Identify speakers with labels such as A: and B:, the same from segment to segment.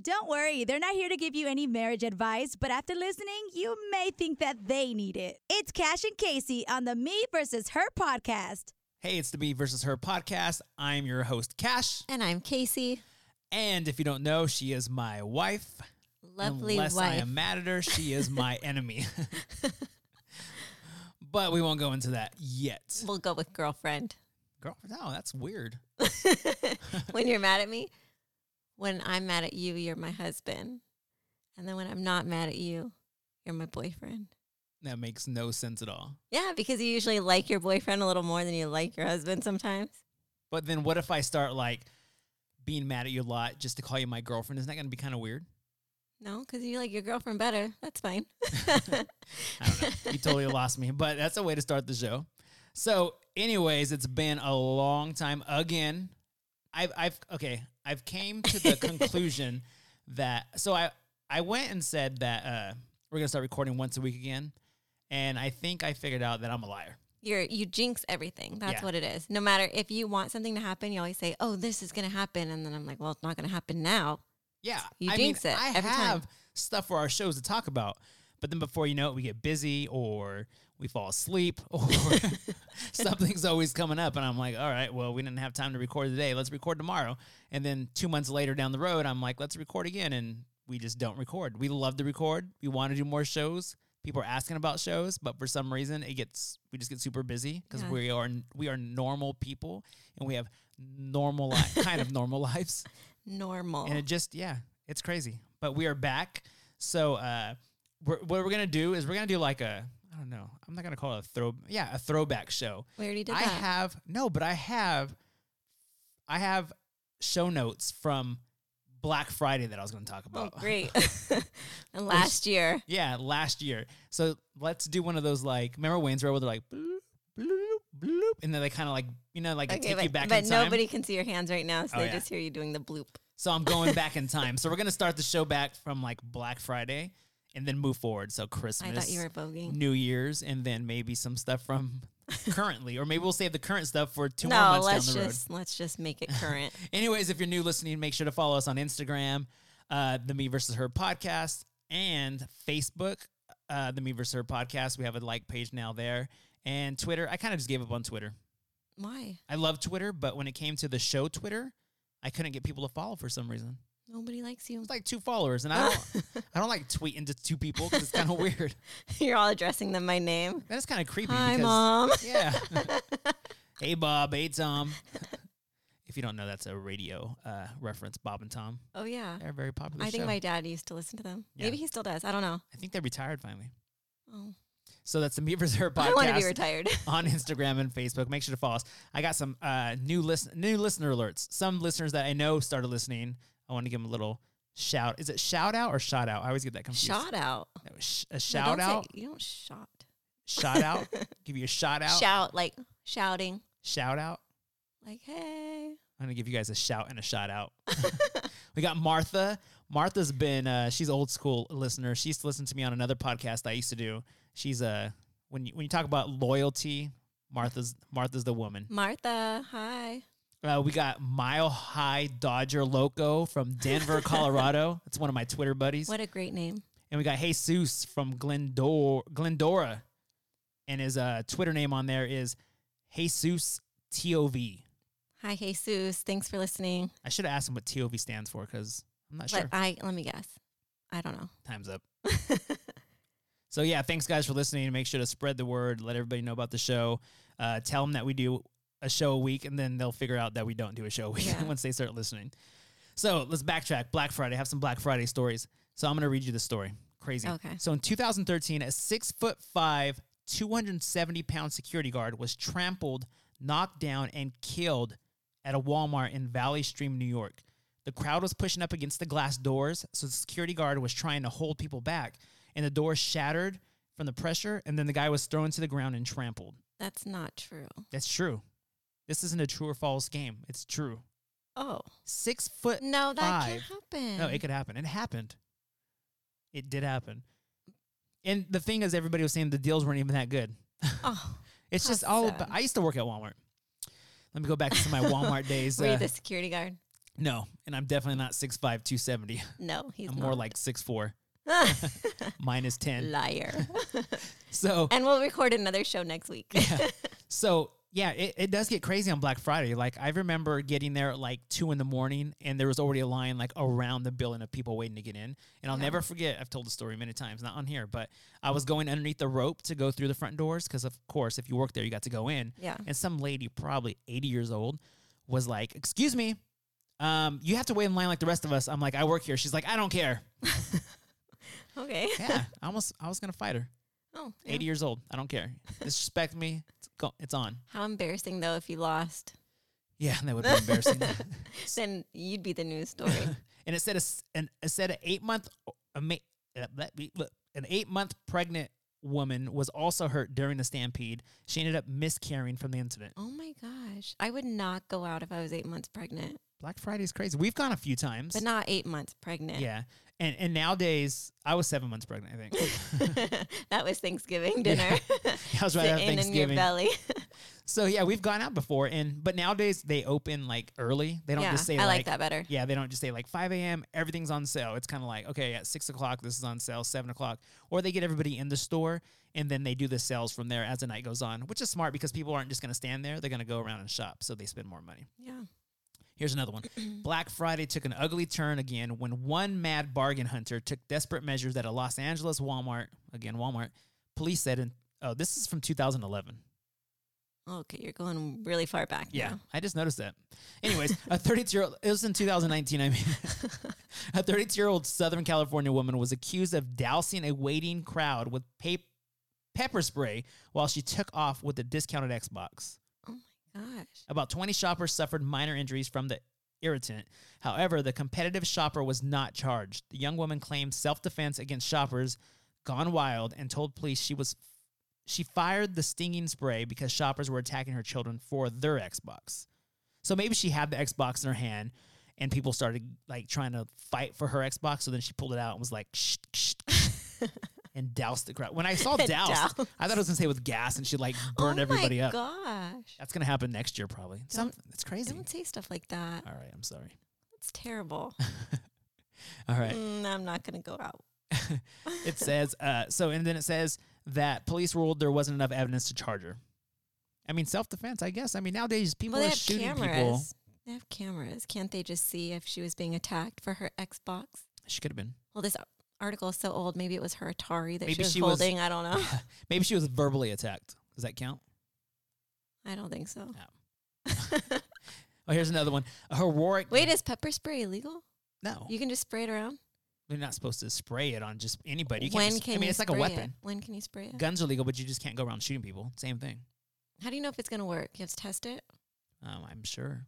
A: Don't worry, they're not here to give you any marriage advice, but after listening, you may think that they need it. It's Cash and Casey on the Me versus Her podcast.
B: Hey, it's the Me versus Her podcast. I'm your host, Cash.
C: And I'm Casey.
B: And if you don't know, she is my wife.
C: Lovely
B: Unless I
C: wife.
B: am mad at her, she is my enemy. but we won't go into that yet.
C: We'll go with girlfriend.
B: Girl, no, that's weird.
C: when you're mad at me, when I'm mad at you, you're my husband. And then when I'm not mad at you, you're my boyfriend.
B: That makes no sense at all.
C: Yeah, because you usually like your boyfriend a little more than you like your husband sometimes.
B: But then what if I start like being mad at you a lot just to call you my girlfriend? Isn't that going to be kind of weird?
C: No, because you like your girlfriend better. That's fine.
B: I don't know. you totally lost me, but that's a way to start the show. So, anyways, it's been a long time again. I've, I've okay. I've came to the conclusion that so I I went and said that uh, we're gonna start recording once a week again, and I think I figured out that I'm a liar.
C: You're you jinx everything. That's
B: Yeah.
C: what it is. No matter if you want something to happen, you always say, "Oh, this is gonna happen," and then I'm like, "Well, it's not gonna happen now."
B: Yeah,
C: You
B: I
C: jinx
B: mean,
C: it
B: I
C: every time.
B: have stuff for our shows to talk about, but then before you know it, we get busy or we fall asleep or something's always coming up, and I'm like, all right, well, we didn't have time to record today. Let's record tomorrow. And then two months later down the road, I'm like, let's record again, and we just don't record. We love to record. We want to do more shows. People are asking about shows, but for some reason, it gets we just get super busy because
C: Yeah.
B: we are we are normal people and we have normal li- kind of normal lives.
C: Normal.
B: And it just, yeah, it's crazy. But we are back. So uh, we're, what we're gonna do is we're gonna do like a, I don't know, I'm not gonna call it a throw, yeah, a throwback show.
C: we already did
B: I
C: that.
B: have no, but I have, I have show notes from Black Friday that I was gonna talk
C: oh,
B: about.
C: great. and last year,
B: yeah, last year. So let's do one of those like, remember Wayne's World where they're like. Bloop, bloop, bloop, and then they kind of like you know like they
C: Okay,
B: take
C: but,
B: you back
C: but
B: in time.
C: nobody can see your hands right now, so
B: Oh,
C: they
B: yeah.
C: just hear you doing the bloop.
B: So I'm going back in time. So we're gonna start the show back from like Black Friday and then move forward. So Christmas,
C: I thought you were boguing.
B: New Year's, and then maybe some stuff from currently, or maybe we'll save the current stuff for two more
C: No,
B: months
C: let's
B: down the road.
C: just let's just make it current.
B: Anyways, if you're new listening, make sure to follow us on Instagram, uh, the Me versus Her podcast, and Facebook, uh, the Me versus Her podcast. We have a like page now there, and Twitter. I kind of just gave up on Twitter.
C: Why?
B: I love Twitter, but when it came to the show Twitter, I couldn't get people to follow for some reason.
C: Nobody likes you.
B: It's like two followers, and I don't, I don't like tweeting to two people because it's kind of weird.
C: You're all addressing them by name.
B: That is kind of creepy.
C: Hi,
B: because,
C: mom.
B: Yeah. hey, Bob. Hey, Tom. if you don't know, that's a radio uh, reference. Bob and Tom.
C: Oh yeah.
B: They're a very popular.
C: I think
B: show.
C: my dad used to listen to them.
B: Yeah.
C: Maybe he still does. I don't know.
B: I think they retired finally.
C: Oh.
B: So that's the Meat Reserve podcast
C: I want to be retired.
B: on Instagram and Facebook. Make sure to follow us. I got some uh, new listen new listener alerts. Some listeners that I know started listening. I want to give them a little shout. Is it shout out or shout out? I always get that confused.
C: Shout out.
B: No, sh- a
C: No,
B: shout
C: don't say-
B: out.
C: you don't shot.
B: shout out. Give you a shout out.
C: Shout like shouting.
B: shout out.
C: Like hey.
B: I'm gonna give you guys a shout and a shout out. we got Martha. Martha's been uh, she's old school listener. She used to listen to me on another podcast I used to do. She's uh, when you, when you talk about loyalty, Martha's Martha's the woman.
C: Martha. Hi.
B: Uh, we got Mile High Dodger Loco from Denver, Colorado. That's one of my Twitter buddies.
C: What a great name.
B: And we got Jesus from Glendor Glendora, and his uh, Twitter name on there is Jesus Tov.
C: Hi Jesus. Thanks for listening.
B: I should have asked him what TOV stands for because I'm not sure.
C: But I let me guess. I don't know.
B: Time's up. so yeah, thanks guys for listening. Make sure to spread the word. Let everybody know about the show. Uh, tell them that we do a show a week, and then they'll figure out that we don't do a show a week
C: Yeah.
B: once they start listening. So let's backtrack. Black Friday. Have some Black Friday stories. So I'm gonna read you the story. Crazy.
C: Okay.
B: So in 2013, a six foot five, 270 pound security guard was trampled, knocked down, and killed at a Walmart in Valley Stream, New York. The crowd was pushing up against the glass doors, so the security guard was trying to hold people back, and the door shattered from the pressure, and then the guy was thrown to the ground and trampled.
C: That's not true.
B: That's true. This isn't a true or false game. It's true.
C: Oh.
B: Six foot.
C: No, that
B: Five.
C: can't happen.
B: No, it could happen. It happened. It did happen. And the thing is, everybody was saying the deals weren't even that good.
C: Oh,
B: It's
C: How
B: just all
C: sad.
B: about. I used to work at Walmart. Let me go back to my Walmart days.
C: were you
B: uh,
C: the security guard?
B: No, and I'm definitely not 6'5", 270.
C: No, he's
B: I'm
C: not.
B: more like 6'4", minus 10.
C: liar.
B: So,
C: and we'll record another show next week.
B: so yeah, it, it does get crazy on Black Friday. Like, I remember getting there at like 2 in the morning, and there was already a line like around the building of people waiting to get in. And I'll never forget, I've told the story many times, not on here, but I was going underneath the rope to go through the front doors because, of course, if you work there, you got to go in.
C: yeah.
B: and some lady probably 80 years old was like excuse me um, you have to wait in line like the rest of us i'm like i work here she's like i don't care
C: Okay.
B: yeah i almost i was gonna fight her
C: Oh, yeah.
B: 80 years old i don't care disrespect me it's, go, it's on
C: How embarrassing though if you lost.
B: yeah that would be embarrassing
C: Then you'd be the news story.
B: and it said a, s- an it said an eight month a ma- uh, let me- look, an eight month pregnant woman was also hurt during the stampede she ended up miscarrying from the incident
C: oh my gosh. I would not go out if I was eight months pregnant.
B: black friday is crazy we've gone a few times
C: But not eight months pregnant.
B: yeah and and nowadays i was seven months pregnant i think
C: that was Thanksgiving dinner.
B: I was right
C: Sitting
B: after
C: in your
B: Thanksgiving.
C: belly.
B: So yeah, we've gone out before, and but nowadays they open like early. They don't
C: yeah,
B: just say
C: I
B: like,
C: like that better.
B: yeah, they don't just say like 5 a.m. Everything's on sale. It's kind of like okay, at six o'clock this is on sale, seven o'clock, or they get everybody in the store and then they do the sales from there as the night goes on, which is smart because people aren't just going to stand there; they're going to go around and shop, so they spend more money.
C: Yeah.
B: Here's another one. Black Friday took an ugly turn again when one mad bargain hunter took desperate measures at a Los Angeles Walmart. Again, Walmart police said, in, "Oh, this is from 2011."
C: Okay, you're going really far back.
B: Yeah,
C: now.
B: I just noticed that. Anyways, a 32 year old, it was in 2019, I mean, a 32 year old Southern California woman was accused of dousing a waiting crowd with pap- pepper spray while she took off with a discounted Xbox.
C: Gosh.
B: About 20 shoppers suffered minor injuries from the irritant. However, the competitive shopper was not charged. The young woman claimed self defense against shoppers gone wild and told police she was. She fired the stinging spray because shoppers were attacking her children for their Xbox. So maybe she had the Xbox in her hand and people started like trying to fight for her Xbox. So then she pulled it out and was like, shh, shh, shh, and doused the crowd. When I saw doused,
C: Doused.
B: I thought it was going to say with gas and she like burned
C: oh
B: everybody
C: my
B: up.
C: Gosh.
B: That's gonna happen next year, probably. Some, it's crazy.
C: Don't say stuff like that.
B: All right, I'm sorry.
C: It's terrible.
B: All right.
C: Mm, I'm not going to go out.
B: It says uh, so, and then it says that police ruled there wasn't enough evidence to charge her. I mean, self defense, I guess. I mean, nowadays people
C: well, they
B: are
C: have
B: shooting
C: cameras.
B: people.
C: They have cameras. Can't they just see if she was being attacked for her Xbox?
B: She could have been.
C: Well, this article is so old. Maybe it was her Atari that
B: Maybe
C: she was
B: she was-
C: holding. I don't know.
B: Maybe she was verbally attacked. Does that count?
C: I don't think so.
B: Oh, here's another one. A heroic.
C: Wait, is pepper spray illegal?
B: no,
C: You can just spray it around.
B: you're not supposed to spray it on just anybody. You can't
C: when
B: just-
C: can
B: I mean,
C: you
B: it's like a
C: spray
B: weapon.
C: It? When can you spray it?
B: Guns are legal, but you just can't go around shooting people. Same thing.
C: How do you know if it's going to work? You have to test it.
B: Um, I'm sure.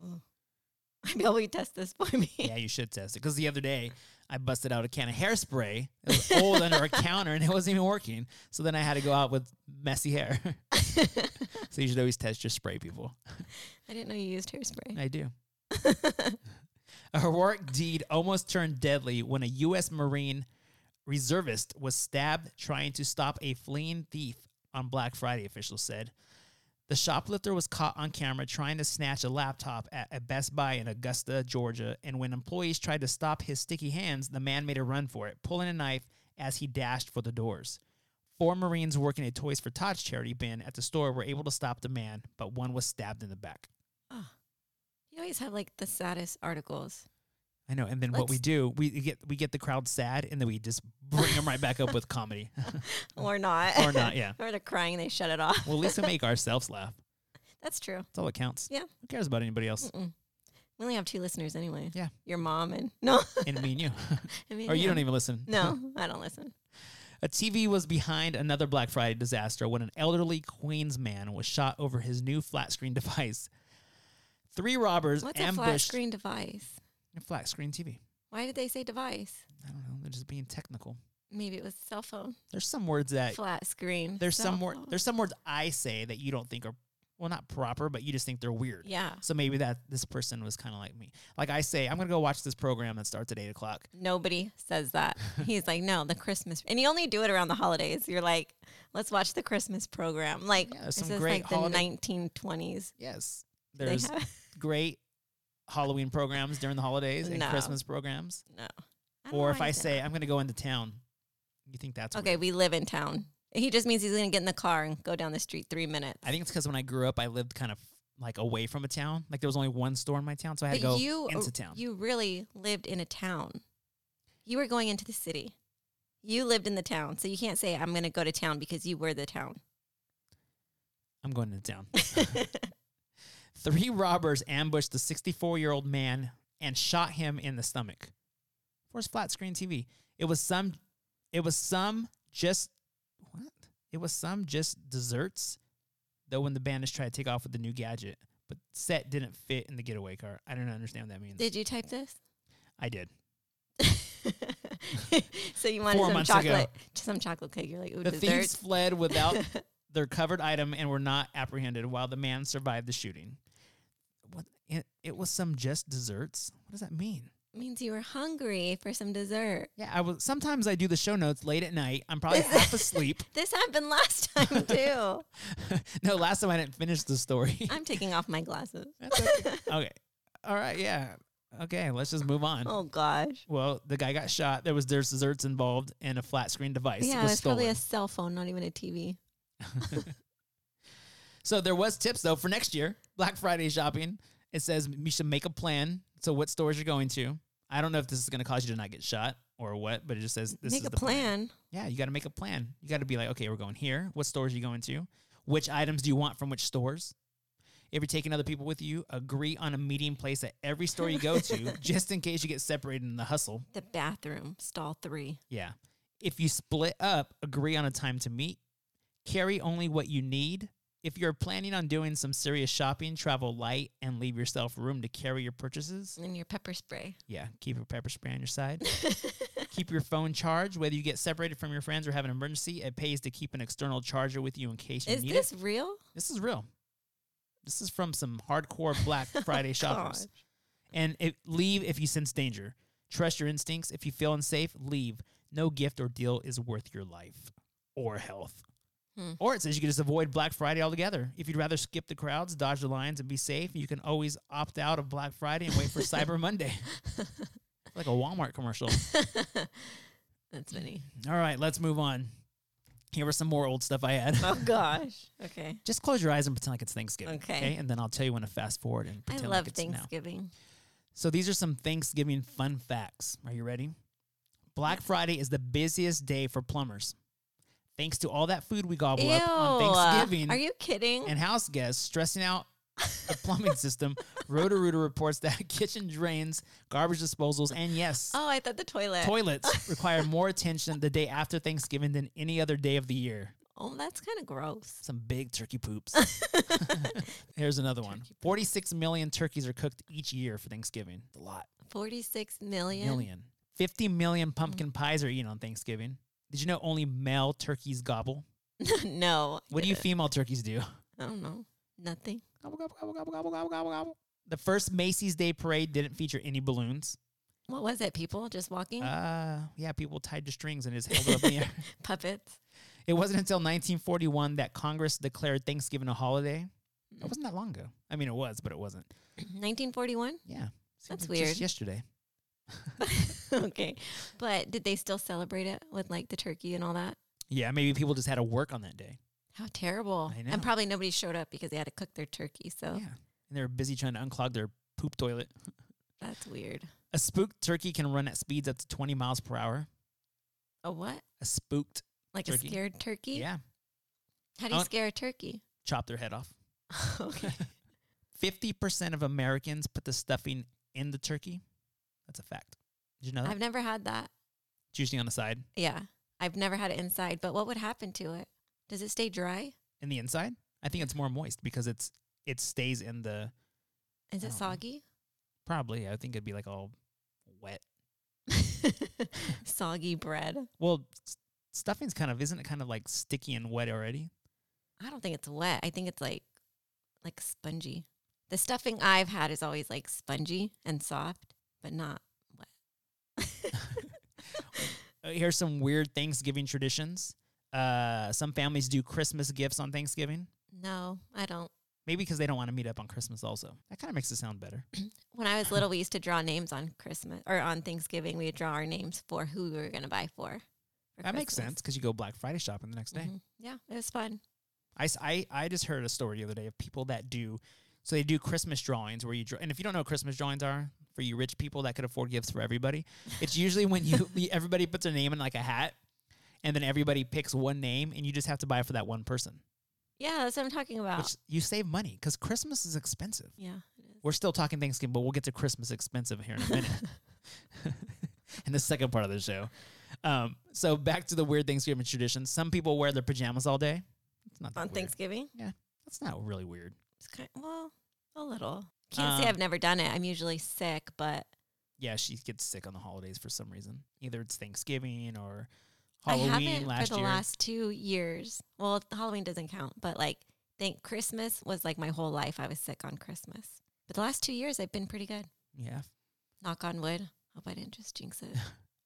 C: Maybe I'll test this for me.
B: yeah, you should test it. Because the other day, I busted out a can of hairspray. It was old under a counter and it wasn't even working. So then I had to go out with messy hair. so you should always test your spray, people.
C: I didn't know you used hairspray.
B: I do. a heroic deed almost turned deadly when a U.S. Marine reservist was stabbed trying to stop a fleeing thief on Black Friday, officials said. The shoplifter was caught on camera trying to snatch a laptop at a Best Buy in Augusta, Georgia, and when employees tried to stop his sticky hands, the man made a run for it, pulling a knife as he dashed for the doors. Four Marines working a Toys for Tots charity bin at the store were able to stop the man, but one was stabbed in the back.
C: You always have like the saddest articles.
B: I know. And then what we
C: Let's-
B: do, we get we get the crowd sad, and then we just bring them right back up with comedy,
C: Or not.
B: or not? Yeah.
C: or they're crying. They shut it off.
B: Well, at least we make ourselves laugh.
C: That's true.
B: That's all that counts.
C: Yeah.
B: Who cares about anybody else?
C: Mm-mm. We only have two listeners anyway.
B: Yeah.
C: Your mom and no.
B: and me and you,
C: I mean,
B: or you
C: yeah.
B: don't even listen.
C: No, I don't listen.
B: A TV was behind another Black Friday disaster when an elderly Queens man was shot over his new flat screen device. Three robbers
C: What's a
B: ambushed
C: flat screen device?
B: a flat screen TV.
C: Why did they say device?
B: I don't know. They're just being technical.
C: Maybe it was cell phone.
B: There's some words that
C: flat screen.
B: there's
C: cell
B: some wor-
C: phone.
B: there's some words I say that you don't think are well not proper, but you just think they're weird.
C: yeah.
B: So maybe that this person was kind of like me. Like I say, I'm gonna go watch this program that starts at eight o'clock.
C: Nobody says that. He's like, no, the Christmas, and you only do it around the holidays. You're like, let's watch the Christmas program. Like
B: Yeah,
C: this
B: some
C: is
B: great
C: like
B: holiday-
C: the 1920s.
B: Yes,
C: They
B: there's
C: have-
B: great Halloween programs during the holidays and
C: No.
B: Christmas programs.
C: No. I don't
B: Or if
C: like
B: I
C: that.
B: say I'm going to go into town, you think that's
C: okay,
B: weird.
C: we live in town. He just means he's gonna get in the car and go down the street three minutes.
B: I think it's because when I grew up, I lived kind of like away from a town. Like there was only one store in my town, so I had
C: but
B: to go
C: you,
B: into town.
C: you really lived in a town. You were going into the city. You lived in the town, so you can't say I'm gonna go to town because you were the town.
B: I'm going into town. Three robbers ambushed the 64 year old man and shot him in the stomach. For his flat screen TV. It was some, it was some just, what? It was some just desserts, though when the bandits tried to take off with the new gadget. But set didn't fit in the getaway car. I don't understand what that means.
C: Did you type this?
B: I did.
C: so you wanted
B: Four
C: some
B: months ago.
C: chocolate, some chocolate cake. You're like, ooh,
B: The thieves
C: dessert.
B: fled without their covered item and were not apprehended while the man survived the shooting. What? It, it was some just desserts? What does that mean?
C: means you were hungry for some dessert.
B: Yeah, I was. Sometimes I do the show notes late at night. I'm probably half asleep.
C: This happened last time too.
B: no, last time I didn't finish the story.
C: I'm taking off my glasses.
B: That's okay. okay. All right. Yeah. Okay. Let's just move on.
C: Oh gosh.
B: Well, the guy got shot. There was there's desserts involved and a flat screen device
C: yeah,
B: was
C: it's
B: stolen.
C: probably a cell phone, not even a TV.
B: so there was tips though for next year Black Friday shopping. It says you should make a plan. So what stores you're going to? I don't know if this is going to cause you to not get shot or what, but it just says this
C: Make
B: is
C: a
B: the plan.
C: plan.
B: Yeah, you got to make a plan. You got to be like, okay, we're going here. What stores are you going to? Which items do you want from which stores? If you're taking other people with you, agree on a meeting place at every store you go to, just in case you get separated in the hustle.
C: The bathroom, stall three.
B: Yeah. If you split up, agree on a time to meet. Carry only what you need. If you're planning on doing some serious shopping, travel light and leave yourself room to carry your purchases.
C: And your pepper spray.
B: Yeah, keep a pepper spray on your side. keep your phone charged. Whether you get separated from your friends or have an emergency, it pays to keep an external charger with you in case you
C: Is
B: need
C: this
B: it.
C: real?
B: This is real. This is from some hardcore Black Friday shoppers. And it, leave if you sense danger. Trust your instincts. If you feel unsafe, leave. No gift or deal is worth your life or health.
C: Hmm.
B: Or it says you can just avoid Black Friday altogether. If you'd rather skip the crowds, dodge the lines, and be safe, you can always opt out of Black Friday and wait for Cyber Monday. Like a Walmart commercial.
C: That's funny.
B: All right, let's move on. Here was some more old stuff I had.
C: Oh gosh. Okay.
B: Just close your eyes and pretend like it's Thanksgiving.
C: Okay.
B: And then I'll tell you when to fast forward and
C: I
B: pretend
C: love
B: like it's now.
C: Thanksgiving.
B: So these are some Thanksgiving fun facts. Are you ready? Black Friday is the busiest day for plumbers. Thanks to all that food we gobble
C: Ew.
B: up on Thanksgiving
C: Are you kidding?
B: and house guests stressing out the plumbing system, Roto-Rooter reports that kitchen drains, garbage disposals, and yes,
C: oh, I thought the toilet.
B: toilets require more attention the day after Thanksgiving than any other day of the year.
C: oh, that's kind of gross.
B: Some big turkey poops. Here's another one. 46 million turkeys are cooked each year for Thanksgiving. A lot.
C: 46
B: Oh,
C: million.
B: Million. 50 million pumpkin pies are eaten on Thanksgiving. Did you know only male turkeys gobble?
C: no.
B: What do you female turkeys do?
C: I don't know. Nothing.
B: Gobble, gobble, gobble, gobble, gobble, gobble, gobble, gobble. The first Macy's Day Parade didn't feature any balloons.
C: What was it? People just walking?
B: Uh, yeah, people tied to strings and just held it up in the air.
C: Puppets.
B: It wasn't until 1941 that Congress declared Thanksgiving a holiday. It wasn't that long ago. I mean, it was, but it wasn't.
C: 1941.
B: Yeah.
C: That's
B: Seems like
C: weird.
B: Just yesterday.
C: okay. But did they still celebrate it with like the turkey and all that?
B: Yeah, maybe people just had to work on that day.
C: How terrible.
B: I know.
C: And probably nobody showed up because they had to cook their turkey. So
B: Yeah. And they were busy trying to unclog their poop toilet.
C: that's weird.
B: A spooked turkey can run at speeds up to 20 miles per hour.
C: A what?
B: A spooked.
C: Like
B: Turkey.
C: a scared turkey?
B: Yeah.
C: How do you
B: Oh.
C: scare a turkey?
B: Chop their head off.
C: okay.
B: 50% of Americans put the stuffing in the turkey. That's a fact. Did you know that?
C: I've never had that.
B: It's usually on the side.
C: Yeah. I've never had it inside, but what would happen to it? Does it stay dry?
B: In the inside? I think it's more moist because it's it stays in the
C: Is
B: I don't
C: it
B: know.
C: soggy?
B: probably. I think it'd be like all wet.
C: soggy bread.
B: Well, s- stuffing's kind of isn't it kind of like sticky and wet already?
C: I don't think it's wet. I think it's like like spongy. The stuffing I've had is always like spongy and soft, but not wet.
B: Uh, here's some weird Thanksgiving traditions. Uh, some families do Christmas gifts on Thanksgiving.
C: no, I don't.
B: Maybe because they don't want to meet up on Christmas also. That kind of makes it sound better.
C: When I was little, we used to draw names on Christmas or on Thanksgiving. We would draw our names for who we were going to buy for. for
B: That makes
C: Christmas.
B: sense because you go Black Friday shopping the next day.
C: Mhm. Yeah, it was fun.
B: I, s- I- I just heard a story the other day of people that do, so they do Christmas drawings where you draw. And if you don't know what Christmas drawings are, for you rich people that could afford gifts for everybody, it's usually when you everybody puts their name in like a hat, and then everybody picks one name, and you just have to buy it for that one person.
C: Yeah, that's what I'm talking about.
B: Which you save money because Christmas is expensive.
C: yeah, it is.
B: We're still talking Thanksgiving, but we'll get to Christmas expensive here in a minute. in the second part of the show. Um, so back to the weird Thanksgiving tradition. Some people wear their pajamas all day. It's not that
C: on
B: weird.
C: Thanksgiving.
B: That's not really weird.
C: It's kind well, a little. Can't say
B: Um,
C: I've never done it. I'm usually sick, but
B: Yeah, she gets sick on the holidays for some reason. Either it's Thanksgiving or
C: I
B: Halloween
C: haven't
B: last
C: for the
B: year.
C: last two years. Well, Halloween doesn't count, but like think Christmas was like my whole life. I was sick on Christmas, but the last two years I've been pretty good.
B: yeah.
C: Knock on wood. Hope I didn't just jinx it.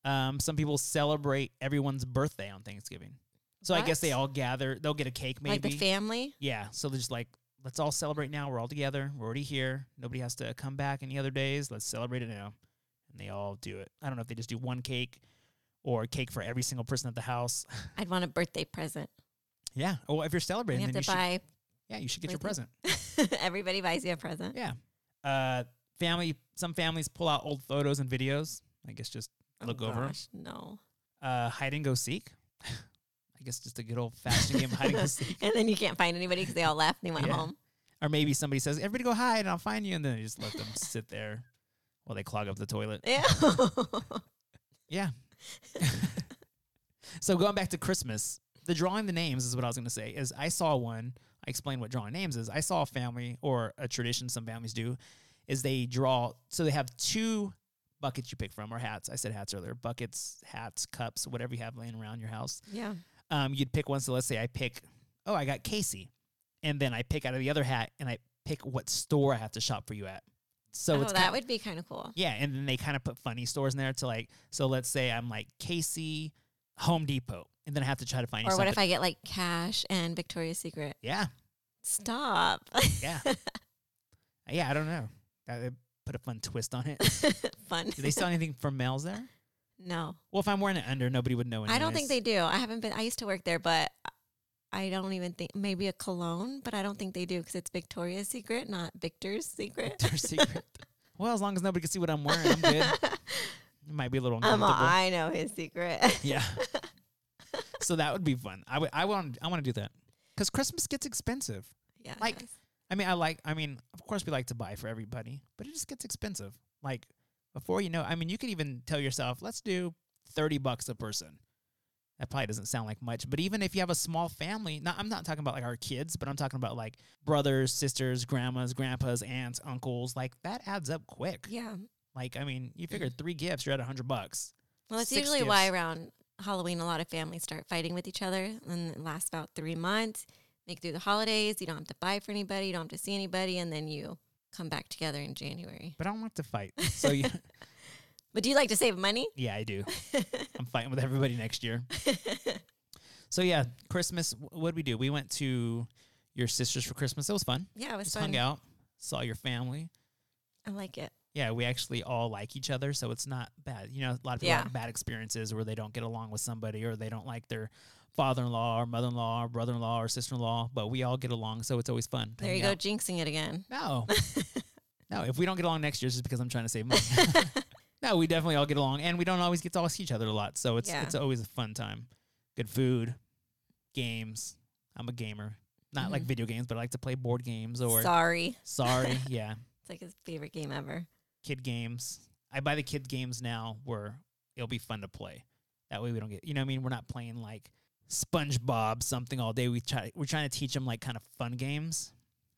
B: Um, some people celebrate everyone's birthday on Thanksgiving. So I guess they
C: What?
B: all gather. They'll get a cake maybe.
C: Like the family.
B: Yeah. So they're just like, let's all celebrate now. We're all together. We're already here. Nobody has to come back any other days. Let's celebrate it now. And they all do it. I don't know if they just do one cake or a cake for every single person at the house.
C: I'd want a birthday present.
B: yeah. Well, if you're
C: You
B: celebrating,
C: have
B: then you
C: to
B: should,
C: buy.
B: yeah, you should get your
C: birthday-
B: present.
C: Everybody buys you a present.
B: Yeah. Uh, family. Some families pull out old photos and videos. I guess just
C: Oh,
B: look over 'em.
C: gosh, No.
B: uh, hide and go seek. I guess just a good old fashioned game of hide and go seek.
C: and then you can't find anybody because they all left and they went
B: Yeah.
C: home.
B: Or maybe somebody says, "Everybody go hide, and I'll find you," and then they just let them sit there while they clog up the toilet.
C: Yeah.
B: Yeah. so going back to Christmas, the drawing the names is what I was going to say. Is I saw one. I explained what drawing names is. I saw a family or a tradition some families do is they draw. So they have two buckets you pick from or hats. I said hats earlier. Buckets, hats, cups, whatever you have laying around your house.
C: yeah.
B: Um, you'd pick one. So let's say I pick. Oh, I got Casey, and then I pick out of the other hat and I pick what store I have to shop for you at. So
C: oh,
B: it's
C: that
B: kind
C: would be kind of cool.
B: yeah, and then they kind of put funny stores in there to like. So let's say I'm like Casey Home Depot, and then I have to try to find you
C: Or what
B: something.
C: if I get like cash and Victoria's Secret?
B: yeah,
C: Stop.
B: yeah, yeah. I don't know. That that put a fun twist on it.
C: Fun.
B: Do they sell anything for males there?
C: no,
B: Well, if I'm wearing it under, nobody would know. Anyways.
C: I don't think they do. I haven't been. I used to work there, but I don't even think maybe a cologne, but I don't think they do because it's Victoria's Secret, not Victor's Secret.
B: Their secret. well, as long as nobody can see what I'm wearing, I'm good. It might be a little
C: Um,
B: uncomfortable.
C: I know his secret.
B: yeah. so that would be fun. I would. I want. I want to do that because Christmas gets expensive.
C: yeah.
B: Like-
C: yes.
B: I mean, I like. I mean, of course, we like to buy for everybody, but it just gets expensive. Like before you know, I mean, you could even tell yourself, let's do thirty bucks a person. That probably doesn't sound like much, but even if you have a small family, not I'm not talking about like our kids, but I'm talking about like brothers, sisters, grandmas, grandpas, aunts, uncles. Like that adds up quick.
C: yeah.
B: Like I mean, you figure three gifts, you're at hundred bucks.
C: Well, that's
B: Six
C: usually why
B: gifts.
C: around Halloween a lot of families start fighting with each other, and it lasts about three months. Make it through the holidays. You don't have to buy for anybody. You don't have to see anybody, and then you come back together in January.
B: But I don't like to fight, so yeah,
C: But do you like to save money?
B: yeah, I do. I'm fighting with everybody next year. So yeah, Christmas. wh- What'd we do? We went to your sister's for Christmas. It was fun.
C: yeah, it was
B: Just
C: fun.
B: hung out, saw your family.
C: I like it.
B: Yeah, we actually all like each other, so it's not bad. You know, a lot of people
C: Yeah.
B: have bad experiences where they don't get along with somebody or they don't like their father-in-law or mother-in-law or brother-in-law or sister-in-law, but we all get along, so it's always fun.
C: There you go, jinxing it again.
B: go. No. no, if we don't get along next year, it's just because I'm trying to save money. no, we definitely all get along and we don't always get to all see each other a lot, so it's
C: Yeah.
B: it's always a fun time. Good food, games. I'm a gamer. Not like video games, but I like to play board games or
C: Mm-hmm. Sorry,
B: sorry, yeah.
C: it's like his favorite game ever.
B: kid games. I buy the kid games now where it'll be fun to play. That way we don't get you know what I mean. We're not playing like SpongeBob something all day. We try we're trying to teach them like kind of fun games,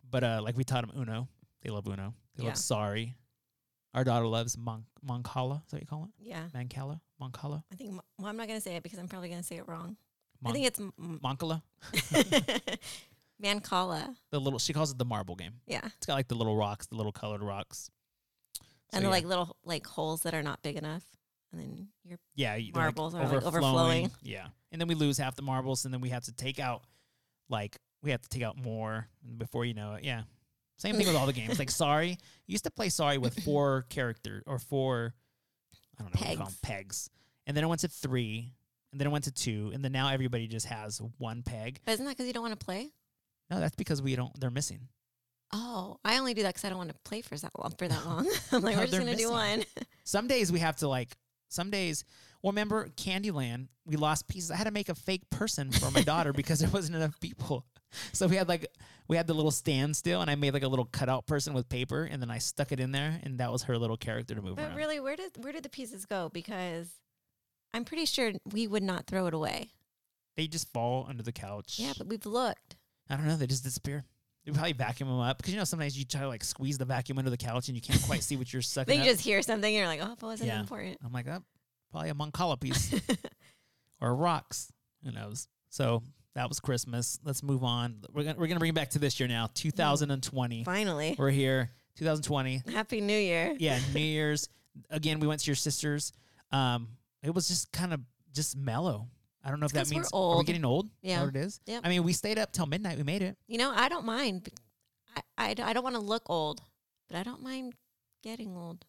B: but uh like we taught them Uno. They love Uno. They
C: Yeah.
B: love Sorry. Our daughter loves Mon- Moncala. Is that what you call it?
C: Yeah,
B: Mancala? Moncala?
C: I think. Well, I'm not gonna say it because I'm probably gonna say it wrong. I
B: Mon-
C: think it's m-
B: Moncala.
C: Mancala.
B: The little she calls it the marble game.
C: Yeah,
B: It's got like the little rocks, the little colored rocks. So,
C: and the
B: yeah.
C: like little like holes that are not big enough, and then you're
B: Yeah, y- they're,
C: Marbles are, like, overflowing.
B: Yeah, and then we lose half the marbles, and then we have to take out like we have to take out more and before you know it. Yeah, Same thing with all the games. Like Sorry, you used to play Sorry with four characters or four, I don't know, what you call 'em,
C: Pegs.
B: pegs, and then it went to three, and then it went to two, and then now everybody just has one peg.
C: But isn't that because you don't want to play?
B: No, that's because we don't. They're missing.
C: Oh, I only do that because I don't want to play for that long. For that long, I'm like,
B: No,
C: we're just
B: they're
C: gonna do
B: missing.
C: one.
B: Some days we have to like. Some days, well, remember Candyland? We lost pieces. I had to make a fake person for my daughter because there wasn't enough people. So we had like we had the little standstill, and I made like a little cutout person with paper, and then I stuck it in there, and that was her little character to move
C: But
B: around.
C: really, where did where did the pieces go? Because I'm pretty sure we would not throw it away.
B: They just fall under the couch.
C: Yeah, but we've looked.
B: I don't know. They just disappear. You probably vacuum them up because you know sometimes you try to like squeeze the vacuum under the couch and you can't quite see what you're sucking.
C: Then you
B: up.
C: just hear something, and you're like, oh, that wasn't
B: Yeah.
C: important.
B: I'm like, oh, probably a Moncala piece or rocks. Who knows? So that was Christmas. Let's move on. We're gonna we're gonna bring it back to this year now. 2020.
C: Finally,
B: We're here. 2020.
C: Happy New Year.
B: Yeah, New Year's. Again, we went to your sister's. Um, it was just kind of just mellow. I don't know if that
C: 'cause we're
B: means are we
C: old.
B: getting old. Is that
C: Yeah.
B: what it is.
C: Yep.
B: I mean, we stayed up till midnight. We made it.
C: You know, I don't mind. bec- I, I, d- I don't want to look old, but I don't mind getting old.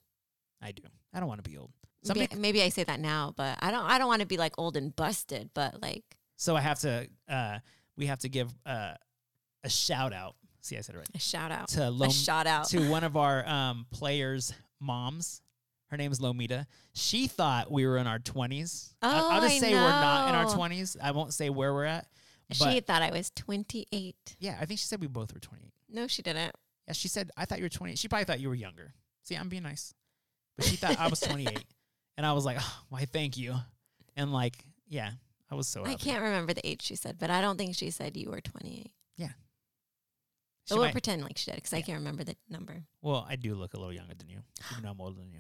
B: I do. I don't want to be old. Somebody
C: Maybe, maybe I say that now, but I don't. I don't want to be like old and busted. But like,
B: So I have to. Uh, we have to give uh, a shout out. See, I said it right.
C: a shout out,
B: To
C: a
B: Lom-
C: shout out.
B: to one of our um, players' moms. Her name is Lomita. She thought we were in our twenties. I'll,
C: Oh,
B: just
C: I
B: say we're not in our
C: know.
B: twenties. I won't say where we're at. But
C: She thought I was 28.
B: yeah, I think she said we both were twenty-eight.
C: No, she didn't.
B: Yeah, she said I thought you were twenty. She probably thought you were younger. See, I'm being nice, but she thought I was twenty-eight, and I was like, oh, "Why? Thank you." And like, yeah, I was so.
C: I
B: happy.
C: can't remember the age she said, but I don't think she said you were 28.
B: She
C: But we'll
B: might-
C: pretend like she did because I
B: Yeah.
C: can't remember the number.
B: Well, I do look a little younger than you, even though I'm older than you.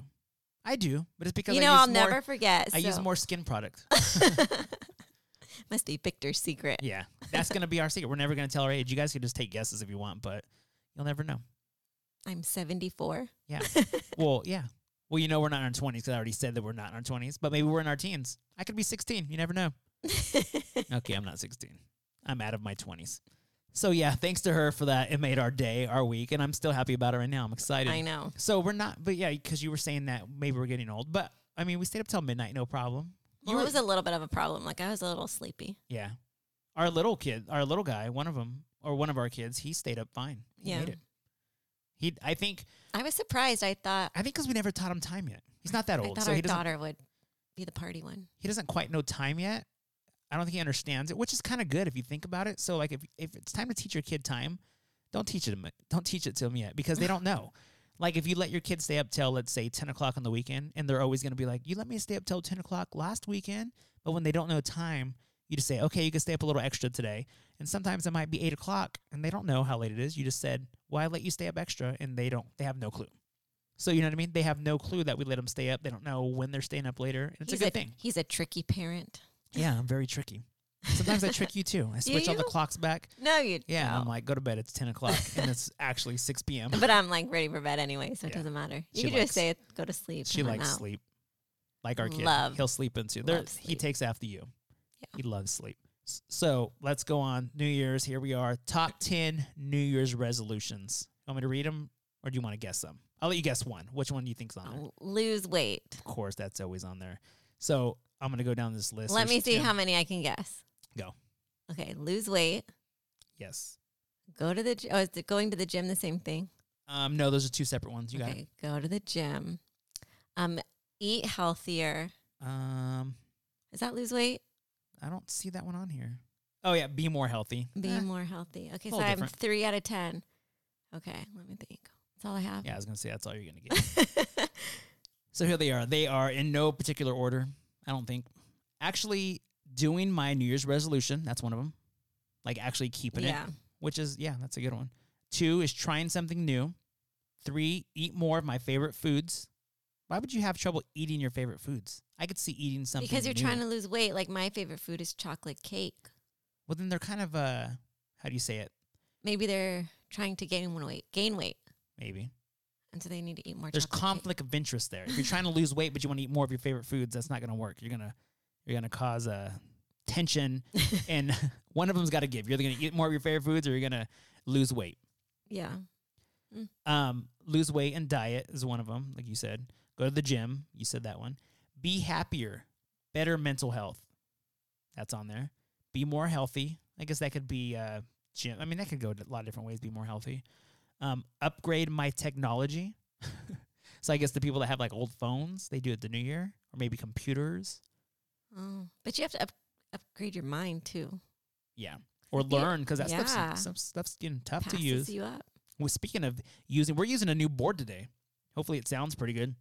B: I do, but it's because
C: You
B: I
C: know,
B: use
C: I'll
B: more,
C: never forget.
B: I use
C: so-
B: more skin product.
C: Must be Victor's secret.
B: yeah, that's gonna be our secret. We're never gonna tell our age. You guys can just take guesses if you want, but you'll never know.
C: I'm 74.
B: Yeah. well, yeah. Well, you know we're not in our twenties because I already said that we're not in our twenties, but maybe we're in our teens. I could be 16. You never know. Okay, I'm not 16. I'm out of my 20s. So yeah, thanks to her for that. It made our day, our week, and I'm still happy about it right now. I'm excited.
C: I know.
B: So we're not, but yeah, because you were saying that maybe we're getting old, but I mean, we stayed up till midnight, no problem. You
C: Well,
B: were-
C: it was a little bit of a problem. Like I was a little sleepy.
B: yeah. Our little kid, our little guy, one of them, or one of our kids, he stayed up fine. He
C: Yeah.
B: made it. He, I think,
C: I was surprised. I thought
B: I think because we never taught him time yet. He's not that
C: I
B: old,
C: thought
B: Oh, so
C: our
B: he doesn't,
C: daughter would be the party one.
B: he doesn't quite know time yet. I don't think he understands it, which is kind of good if you think about it. So like, if if it's time to teach your kid time, don't teach it him, don't teach it to him yet because they don't know. Like if you let your kid stay up till let's say ten o'clock on the weekend, and they're always going to be like, "You let me stay up till ten o'clock last weekend," but when they don't know time, you just say, "Okay, you can stay up a little extra today." And sometimes it might be eight o'clock, and they don't know how late it is. You just said, "Why let you stay up extra?" and they don't, they have no clue. So you know what I mean? They have no clue that we let them stay up. They don't know when they're staying up later, and it's
C: he's
B: a good thing.
C: He's a tricky parent.
B: Yeah, I'm very tricky. Sometimes I trick you too. I switch all the
C: you?
B: clocks back.
C: No, you.
B: Yeah, and I'm
C: don't.
B: like, go to bed. It's 10 o'clock, and it's actually 6 p.m.
C: but I'm like ready for bed anyway, so it
B: Yeah.
C: doesn't matter.
B: She
C: You can
B: likes-
C: just say it. Go to sleep.
B: She
C: and I'm
B: likes
C: out.
B: sleep, like our kid.
C: Love-
B: He'll sleep into. There,
C: loves
B: he
C: sleep.
B: takes after you.
C: Yeah.
B: He loves sleep. S- So let's go on. New Year's. Here we are. Top 10 New Year's resolutions. Want me to read them, or do you want to guess them? I'll let you guess one. Which one do you think's on there?
C: I'll lose weight.
B: Of course, that's always on there. So I'm gonna go down this list.
C: Let
B: There's
C: me see
B: 10.
C: how many I can guess.
B: Go.
C: Okay, lose weight.
B: Yes.
C: Go to the. gy- Oh, is it going to the gym the same thing?
B: Um. No, those are two separate ones. You got it.
C: okay, go to the gym. Um, eat healthier.
B: Um.
C: Is that lose weight?
B: I don't see that one on here. Oh yeah, be more healthy.
C: Be
B: Eh,
C: more healthy. Okay, so
B: little
C: I'm
B: different.
C: three out of ten. Okay, let me think. That's all I have.
B: Yeah, I was gonna say that's all you're gonna get. so here they are. They are in no particular order. I don't think. Actually, doing my New Year's resolution. That's one of them. Like actually keeping
C: yeah.
B: it, which is yeah, that's a good one. Two is trying something new. Three, eat more of my favorite foods. Why would you have trouble eating your favorite foods? I could see eating something
C: Because you're
B: new.
C: trying to lose weight. Like my favorite food is chocolate cake.
B: Well, then they're kind of uh, how do you say it?
C: Maybe they're trying to gain weight, gain weight,
B: Maybe
C: and so they need to eat more.
B: there's
C: chocolate
B: conflict of interest there. If you're trying to lose weight but you want to eat more of your favorite foods, that's not going to work. You're gonna you're gonna cause uh, tension, and one of them's got to give. You're either gonna eat more of your favorite foods or you're gonna lose weight.
C: Cake. Yeah. Mm.
B: Um, lose weight and diet is one of them, like you said. Go to the gym. You said that one. Be happier, better mental health. That's on there. Be more healthy. I guess that could be uh, gym. I mean, that could go a lot of different ways. Be more healthy. Um, upgrade my technology. so I guess the people that have like old phones, they do it the new year, or maybe computers.
C: Oh, but you have to up, upgrade your mind too.
B: Yeah. Or
C: Yeah.
B: learn because that
C: Yeah.
B: stuff's, some stuff's getting tough
C: Passes
B: to use.
C: you up.
B: Well, speaking of using, we're using a new board today. Hopefully, it sounds pretty good.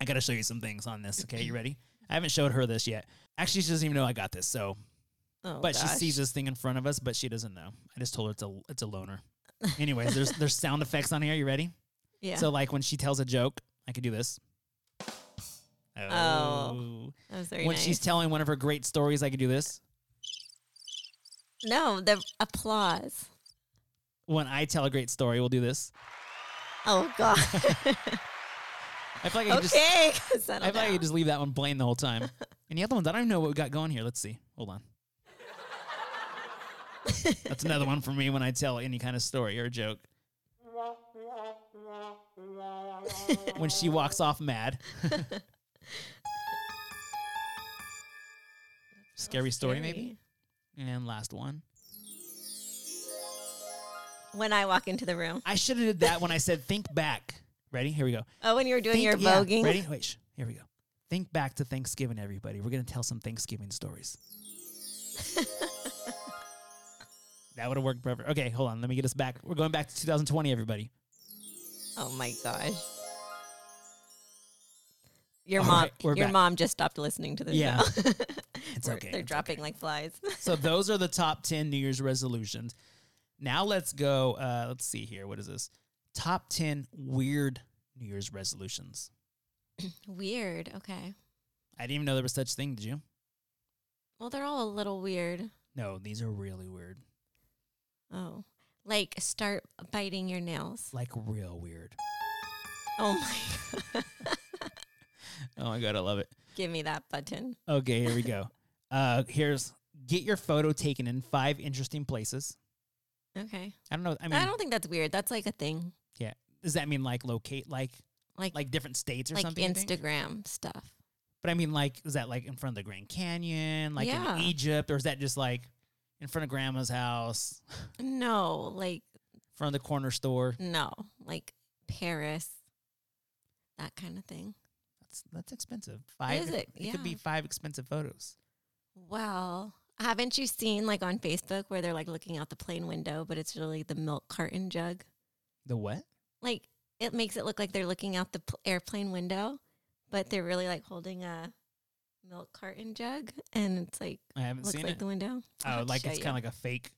B: I got to show you some things on this. Okay, you ready? I haven't showed her this yet. Actually, she doesn't even know I got this. So,
C: Oh,
B: but she
C: gosh.
B: sees this thing in front of us, but she doesn't know. I just told her it's a it's a loner. Anyways, there's there's sound effects on here. You ready?
C: Yeah,
B: So, like when she tells a joke, I could do this.
C: Oh, that was very
B: when
C: nice.
B: she's telling one of her great stories, I could do this.
C: no, the applause.
B: When I tell a great story, we'll do this.
C: Oh God.
B: I feel like I could just
C: okay, settle
B: I thought
C: down.
B: you'd just leave that one plain the whole time. and the other ones, I don't even know what we got going here. Let's see. Hold on. That's another one for me when I tell any kind of story or joke. when she walks off mad. Scary story, maybe? And last one.
C: When I walk into the room.
B: I should have did that when I said think back. Ready? Here we go.
C: Oh, when you were doing your
B: Think- yeah,
C: voguing.
B: Ready? Wait, shh. here we go. Think back to Thanksgiving, everybody. We're going to tell some Thanksgiving stories. that would have worked perfect. Okay, hold on. Let me get us back. We're going back to 2020, everybody.
C: Oh my gosh. Your
B: All
C: mom,
B: right, we're
C: your
B: back.
C: mom just stopped listening to this.
B: Yeah.
C: now.
B: It's
C: We're-
B: okay.
C: They're
B: it's
C: dropping like flies.
B: so those are the top 10 New Year's resolutions. Now let's go. Uh, let's see here. What is this? Top 10 weird New Year's resolutions.
C: weird. Okay.
B: I didn't even know there was such thing, did you?
C: Well, they're all a little weird.
B: No, these are really weird.
C: Oh, like start biting your nails.
B: Like real weird.
C: Oh my.
B: Oh my god, I love it.
C: Give me that button.
B: Okay, here we go. Uh, here's get your photo taken in five interesting places.
C: Okay.
B: I don't know. I
C: I,
B: mean,
C: don't think that's weird. That's like a thing.
B: yeah. Does that mean like locate, like
C: Like like,
B: like different states or something? you think?
C: Instagram stuff.
B: But I mean, like, is that like in front of the Grand Canyon, like
C: Yeah.
B: in Egypt, or is that just like in front of Grandma's house, in
C: No, like
B: front of the corner store?
C: no, like Paris. That kind of thing.
B: That's that's expensive. Five.
C: is it?
B: could be
C: Yeah.
B: five expensive photos.
C: Well, haven't you seen like on Facebook where they're like looking out the plane window, but it's really the milk carton jug?
B: The what?
C: Like it makes it look like they're looking out the pl- airplane window, but they're really like holding a milk carton jug and it's like
B: I haven't
C: looks
B: seen
C: like
B: it.
C: the window. I'll
B: oh,
C: have to
B: like
C: show
B: it's
C: you.
B: kind of like a fake.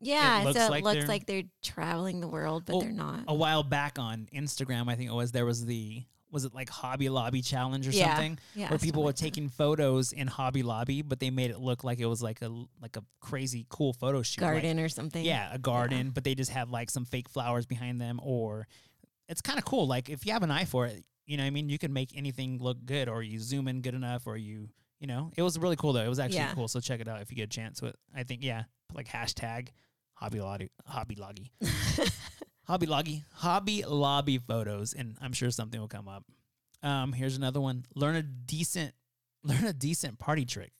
C: Yeah,
B: looks
C: so it
B: like
C: looks
B: they're-
C: like they're traveling the world, but
B: Oh,
C: they're not.
B: a while back on Instagram, I think it was, there was the was it like Hobby Lobby challenge or
C: Yeah,
B: something,
C: yeah,
B: where
C: stuff
B: people were
C: like that.
B: taking photos in Hobby Lobby, but they made it look like it was like a like a crazy cool photo shoot, like-
C: garden or something.
B: yeah, a garden, but they just had like some fake flowers behind them, or it's kind of cool. Like if you have an eye for it, you know, what I mean, you can make anything look good, or you zoom in good enough, or you, you know, it was really cool though. It was actually
C: Yeah.
B: cool, so check it out if you get a chance. With I think yeah, like hashtag Hobby Lobby, Hobby Lobby. Hobby Lobby, Hobby Lobby photos, and I'm sure something will come up. Um, here's another one. Learn a decent, learn a decent party trick.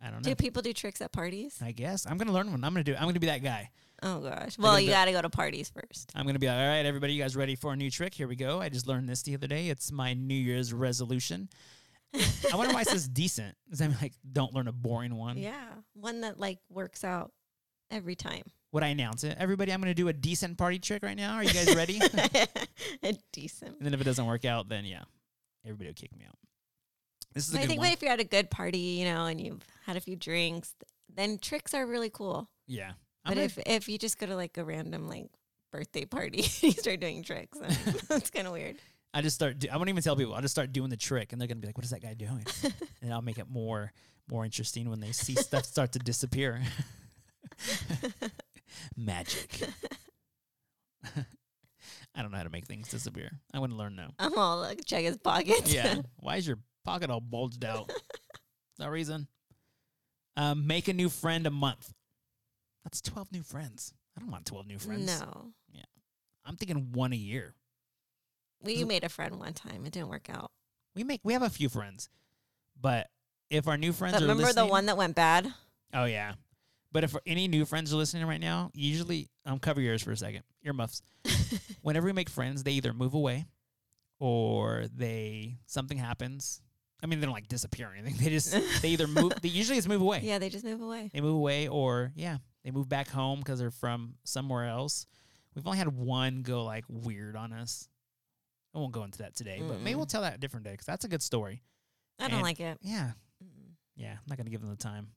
B: I don't know.
C: Do people do tricks at parties?
B: I guess I'm gonna learn one. I'm gonna do. It. I'm gonna be that guy.
C: Oh gosh. Well,
B: gonna
C: you
B: do-
C: got to go to parties first.
B: I'm gonna be like, all right, everybody, you guys ready for a new trick? Here we go. I just learned this the other day. It's my New Year's resolution. I wonder why it says decent. Does that mean like don't learn a boring one?
C: Yeah, one that like works out every time.
B: Would I announce it? Everybody, I'm gonna do a decent party trick right now. Are you guys ready? and
C: decent.
B: then if it doesn't work out, then yeah, everybody will kick me out. This is a
C: I
B: good
C: think
B: one.
C: if you're at a good party, you know, and you've had a few drinks, then tricks are really cool.
B: yeah. I'm
C: But
B: gonna-
C: if if you just go to like a random like birthday party, you start doing tricks. I mean, that's kind of weird.
B: I just start. Do- I won't even tell people. I'll just start doing the trick, and they're gonna be like, "What is that guy doing?" and I'll make it more more interesting when they see stuff start to disappear. Magic. I don't know how to make things disappear. I want to learn now.
C: I'm all like check his pockets.
B: Yeah. Why is your pocket all bulged out? No reason. Um, make a new friend a month. That's twelve new friends. I don't want 12 new friends.
C: No.
B: I'm thinking one a year.
C: We
B: Cause-
C: made a friend one time. It didn't work out.
B: We make we have a few friends, but if our new friends
C: But
B: are
C: remember the
B: listening-
C: one that went bad?
B: Oh yeah. But if any new friends are listening right now, usually um cover yours for a second. Earmuffs. Whenever we make friends, they either move away or they something happens. I mean, they don't like disappear or anything. They just they either move they usually it's move away.
C: Yeah, they just move away.
B: They move away or yeah, they move back home because they're from somewhere else. We've only had one go like weird on us. I won't go into that today, but maybe we'll tell that a different day because that's a good story.
C: I don't
B: And- Oh
C: like it.
B: Yeah.
C: Mm-mm.
B: Yeah, I'm not gonna give them the time,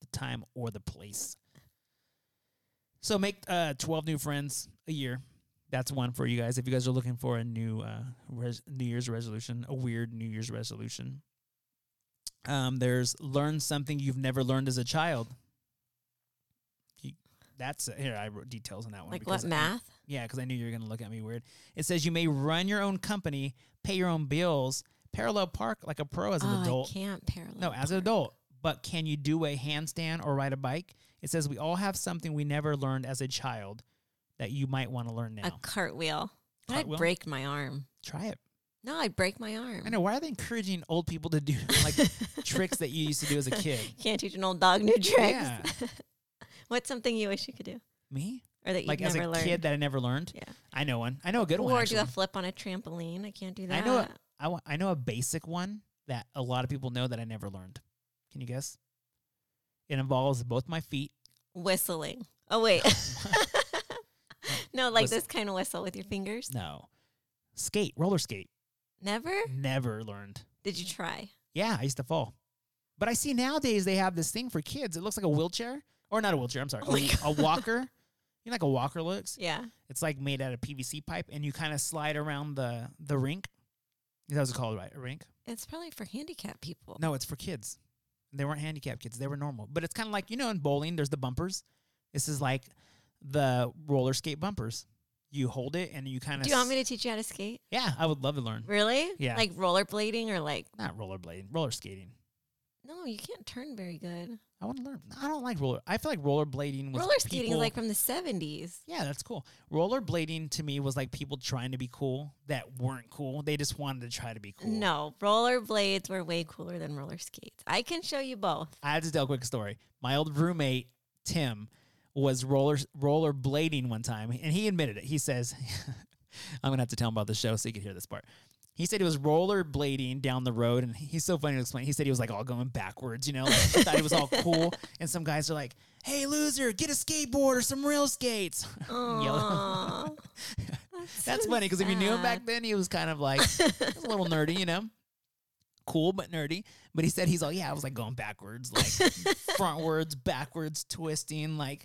B: the time or the place. So make uh, 12 new friends a year. That's one for you guys. If you guys are looking for a new uh, res- New Year's resolution, a weird New Year's resolution, um, there's learn something you've never learned as a child. You- That's here. I wrote details on that one.
C: Like
B: because
C: what math?
B: yeah, because I knew you were going to look at me weird. It says you may run your own company, pay your own bills, parallel park like a pro as an
C: oh,
B: adult.
C: I can't parallel.
B: No, as an
C: park.
B: adult. But can you do a handstand or ride a bike? It says we all have something we never learned as a child that you might want to learn now.
C: A cartwheel. But I
B: Cartwheel?
C: break my arm.
B: Try it.
C: No, I break my arm.
B: I know. Why are they encouraging old people to do like tricks that you used to do as a kid?
C: Can't teach an old dog new tricks.
B: Yeah.
C: What's something you wish you could do,
B: Me?
C: or that you
B: like
C: never
B: as a
C: learned?
B: kid that I never learned?
C: Yeah.
B: I know one. I know a good one.
C: or
B: actually.
C: do a flip on a trampoline. I can't do
B: I
C: that.
B: know a- I wa- I know a basic one that a lot of people know that I never learned. Can you guess? It involves both my feet.
C: Whistling. Oh wait. no, like
B: Whistle.
C: this kind of whistle with your fingers.
B: No. Skate, roller skate.
C: Never.
B: Never learned.
C: Did you try?
B: Yeah, I used to fall. But I see nowadays they have this thing for kids. It looks like a wheelchair, or not a wheelchair. I'm sorry,
C: Oh my
B: a, a walker. You know, like a walker looks.
C: Yeah.
B: It's like made out of PVC pipe, and you kind of slide around the the rink. That was called right, a rink.
C: It's probably for handicapped people.
B: No, it's for kids. They weren't handicapped kids. They were normal. But it's kind of like you know in bowling, there's the bumpers. This is like the roller skate bumpers. You hold it and you kind of.
C: Do you want me to teach you how to skate?
B: Yeah, I would love to learn.
C: Really?
B: Yeah.
C: Like rollerblading or like
B: Not rollerblading, roller skating.
C: no, you can't turn very good.
B: I want to learn. I don't like roller. I feel like rollerblading was
C: Roller skating is
B: people-
C: like from the seventies.
B: Yeah, that's cool. Rollerblading to me was like people trying to be cool that weren't cool. They just wanted to try to be cool.
C: No, rollerblades were way cooler than roller skates. I can show you both.
B: I had to tell a quick story. My old roommate, Tim, was roller rollerblading one time and he admitted it. He says, I'm gonna have to tell him about the show so you can hear this part. He said he was rollerblading down the road and he's so funny to explain. He said he was like all going backwards, you know, like he thought it was all cool. And some guys are like, Hey loser, get a skateboard or some real skates.
C: Aw.
B: That's funny because if you knew him back then, he was kind of like he was a little nerdy, you know, cool but nerdy. But he said he's all yeah, I was like going backwards, like frontwards, backwards, twisting, like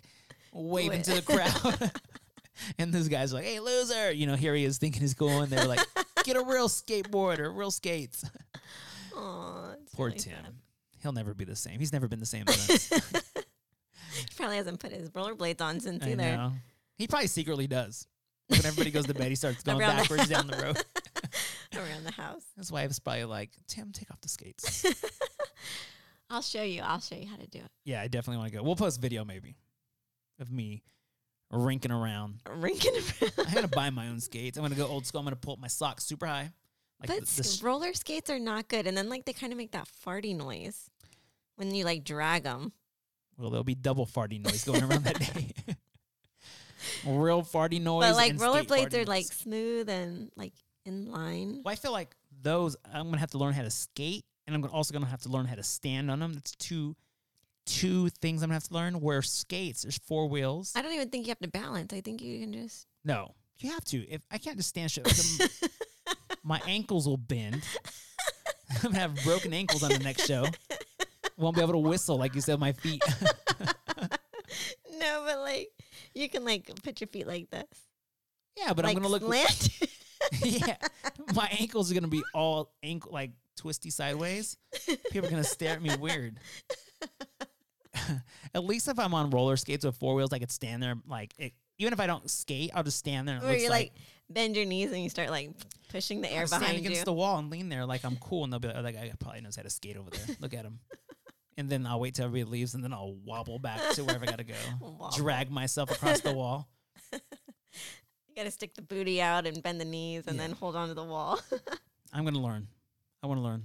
B: waving to the crowd. and those guys are like, hey, loser, you know, here he is thinking he's cool, and they're like, get a real skateboard or real skates.
C: Aw, it's
B: Poor
C: really
B: Tim.
C: sad.
B: He'll never be the same. He's never been the same since.
C: He probably hasn't put his rollerblades on since
B: I
C: either.
B: know. He probably secretly does. When everybody goes to bed, he starts going
C: Around the-
B: backwards down the road.
C: Around the house.
B: His wife's probably like, Tim, take off the skates.
C: I'll show you. I'll show you how to do it.
B: Yeah, I definitely want to go. We'll post video maybe of me rinking around.
C: Rinking
B: I'm
C: around.
B: gonna buy my own skates. I'm gonna go old school. I'm gonna pull up my socks super high. Like
C: but
B: the- the
C: s-
B: sh-
C: roller skates are not good. And then like they kind of make that farty noise when you like drag them.
B: well, there'll be double farty noise going around that day. Real farty noise.
C: But like
B: and skate
C: rollerblades
B: farty
C: are like
B: noise.
C: smooth and like in line.
B: Well, I feel like those. I'm gonna have to learn how to skate, and I'm gonna- also gonna have to learn how to stand on them. That's two, two things I'm gonna have to learn. Where skates, there's four wheels.
C: I don't even think you have to balance. I think you can just
B: No, you have to. If I can't just stand shit, the- my ankles will bend. I'm gonna have broken ankles on the next show. Won't be able to whistle like you said. My feet.
C: No, but like you can like put your feet like this.
B: yeah, but
C: like
B: I'm gonna look.
C: slant.
B: yeah, my ankles are gonna be all ankle like twisty sideways. People are gonna stare at me weird. at least if I'm on roller skates with four wheels, I could stand there. Like it, even if I don't skate, I'll just stand there. And it
C: Where
B: looks
C: you
B: like
C: like bend your knees and you start like pushing the air
B: I'll stand
C: behind
B: against
C: you.
B: the wall and lean there like I'm cool, and they'll be like, oh, "That guy probably knows how to skate over there. Look at him." and then I'll wait till everybody leaves, and then I'll wobble back to wherever I gotta go.
C: Wobble.
B: Drag myself across the wall.
C: You gotta stick the booty out and bend the knees and
B: Yeah.
C: then hold onto the wall.
B: I'm gonna learn. I want to learn.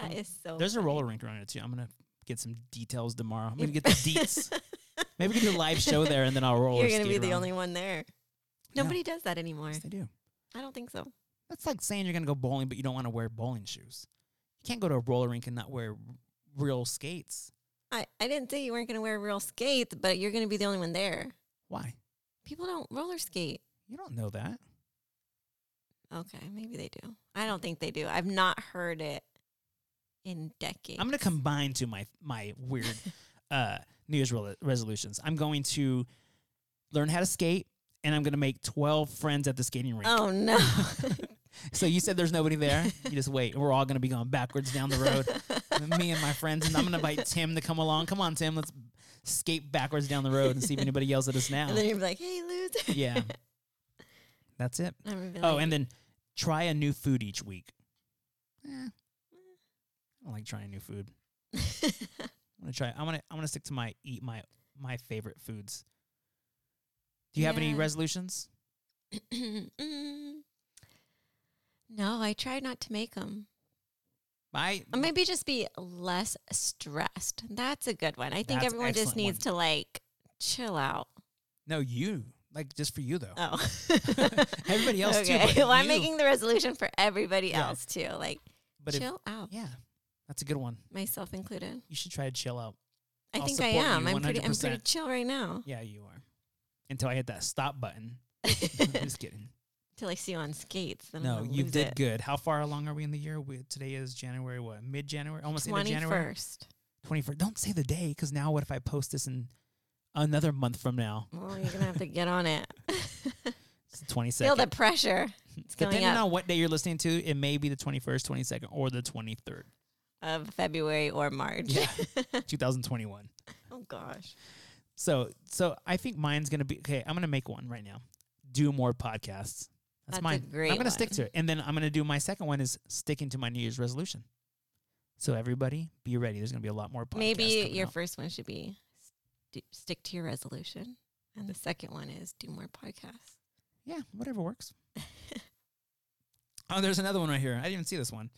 C: that is so.
B: Mm. There's a
C: funny.
B: roller rink around here too. I'm gonna get some details tomorrow. I'm gonna get the deets. Maybe we can do a live show there, and then I'll roll.
C: You're gonna be the only one there.
B: Yeah.
C: Nobody does that anymore.
B: Yes, they do.
C: I don't think so.
B: That's like saying you're gonna go bowling, but you don't want to wear bowling shoes. You can't go to a roller rink and not wear r- real skates.
C: I, I didn't say you weren't gonna wear real skates, but you're gonna be the only one there.
B: Why?
C: People don't roller skate.
B: You don't know that.
C: Okay, maybe they do. I don't think they do. I've not heard it in decades.
B: I'm going to combine to my my weird uh, New Year's rel- resolutions. I'm going to learn how to skate, and I'm going to make 12 friends at the skating rink.
C: Oh no.
B: So you said there's nobody there. You just wait. We're all going to be going backwards down the road. Me and my friends, and I'm going to invite Tim to come along. Come on, Tim. Let's skate backwards down the road and see if anybody yells at us now.
C: and then you're like, "Hey, loser."
B: Yeah, that's it.
C: I'm gonna be
B: Oh,
C: like,
B: and then try a new food each week. Eh, I don't like trying new food. I'm gonna try. I'm gonna. I'm gonna stick to my eat my my favorite foods. Do you have any
C: Yeah.
B: resolutions?
C: Mm. no, I try not to make them.
B: I
C: Maybe just be less stressed. That's a good one. I think
B: That's
C: everyone just
B: excellent
C: needs
B: one.
C: to like chill out.
B: no, you like just for you though.
C: Oh,
B: Everybody else too,
C: okay.
B: but
C: well, I'm
B: you-
C: making the resolution for everybody
B: Yeah.
C: else too. Like
B: but if,
C: chill out,
B: yeah, that's a good one.
C: myself included.
B: You should try to chill out.
C: I
B: I'll
C: think I
B: support
C: am.
B: you
C: I'm pretty. I'm pretty
B: 100%.
C: chill right now.
B: Yeah, you are. Until I hit that stop button. just kidding.
C: Till I see you on skates. Then
B: No,
C: I'm
B: you did good. How far along are we in the year? We, today is January. What? Mid January? Almost end of
C: Twenty
B: January.
C: first.
B: 21st. Don't say the day because now what if I post this in another month from now?
C: Well, you're gonna have to get on it.
B: It's the 22nd.
C: Feel the pressure. It's going
B: Depending
C: up
B: on what day you're listening to, it may be the 21st, 22nd, or the 23rd,
C: of February or March.
B: Yeah. 2021.
C: oh gosh.
B: So, so I think mine's going to be okay. I'm going to make one right now. Do more podcasts. That's,
C: That's a
B: mine.
C: great
B: I'm going to stick
C: one.
B: to it. And then I'm going to do my second one is sticking to my New Year's resolution. So everybody be ready. There's going to be a lot more podcasts.
C: Maybe
B: coming
C: your
B: out.
C: first one should be st- stick to your resolution, and the second one is do more podcasts.
B: Yeah, whatever works. oh, there's another one right here. I didn't even see this one.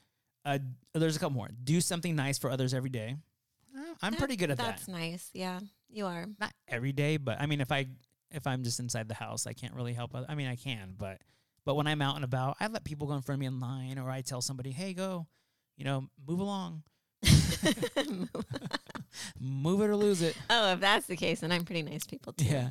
B: Uh, d- there's a couple more. Do something nice for others every day. Uh, I'm
C: That-
B: pretty good at that.
C: That's nice. Yeah, you are.
B: Not every day, but I mean, if I if I'm just inside the house, I can't really help. oth- I mean, I can, but but when I'm out and about, I let people go in front of me in line, or I tell somebody, "Hey, go, you know, move along, move it or lose it."
C: oh, if that's the case, then I'm pretty nice people too.
B: Yeah.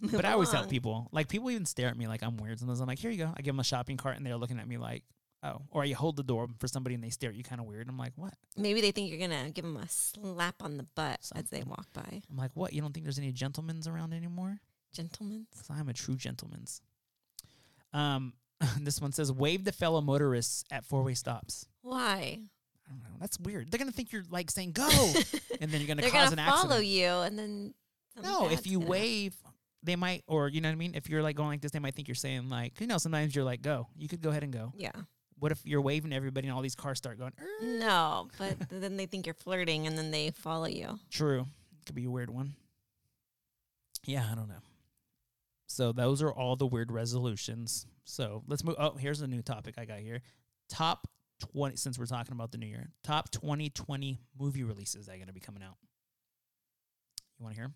B: but I always help
C: along.
B: people. Like people even stare at me like I'm weird sometimes. I'm like, here you go. I give them a shopping cart and they're looking at me like, oh. Or I hold the door for somebody and they stare at you kind of weird. I'm like, what?
C: Maybe they think you're gonna give them a slap on the butt as they
B: Something.
C: walk by.
B: I'm like, what? You don't think there's any gentlemen's around anymore?
C: Gentlemen's.
B: Because I'm a true gentleman's. Um, this one says, wave to fellow motorists at four way stops.
C: Why?
B: I don't know. That's weird. They're gonna think you're like saying go, and then you're gonna
C: They're
B: cause
C: gonna
B: an accident.
C: follow you, and then something
B: No, if
C: bad's
B: you
C: gonna-
B: wave, they might, or you know what I mean. If you're like going like this, they might think you're saying like, you know, sometimes you're like go. You could go ahead and go.
C: Yeah.
B: What if you're waving to everybody and all these cars start going? "Er?"
C: No, but then they think you're flirting, and then they follow you.
B: True. Could be a weird one. Yeah, I don't know. So those are all the weird resolutions. So let's move. Oh, here's a new topic I got here. Top 20, since we're talking about the new year, top 2020 movie releases that are going to be coming out. You want to hear 'em?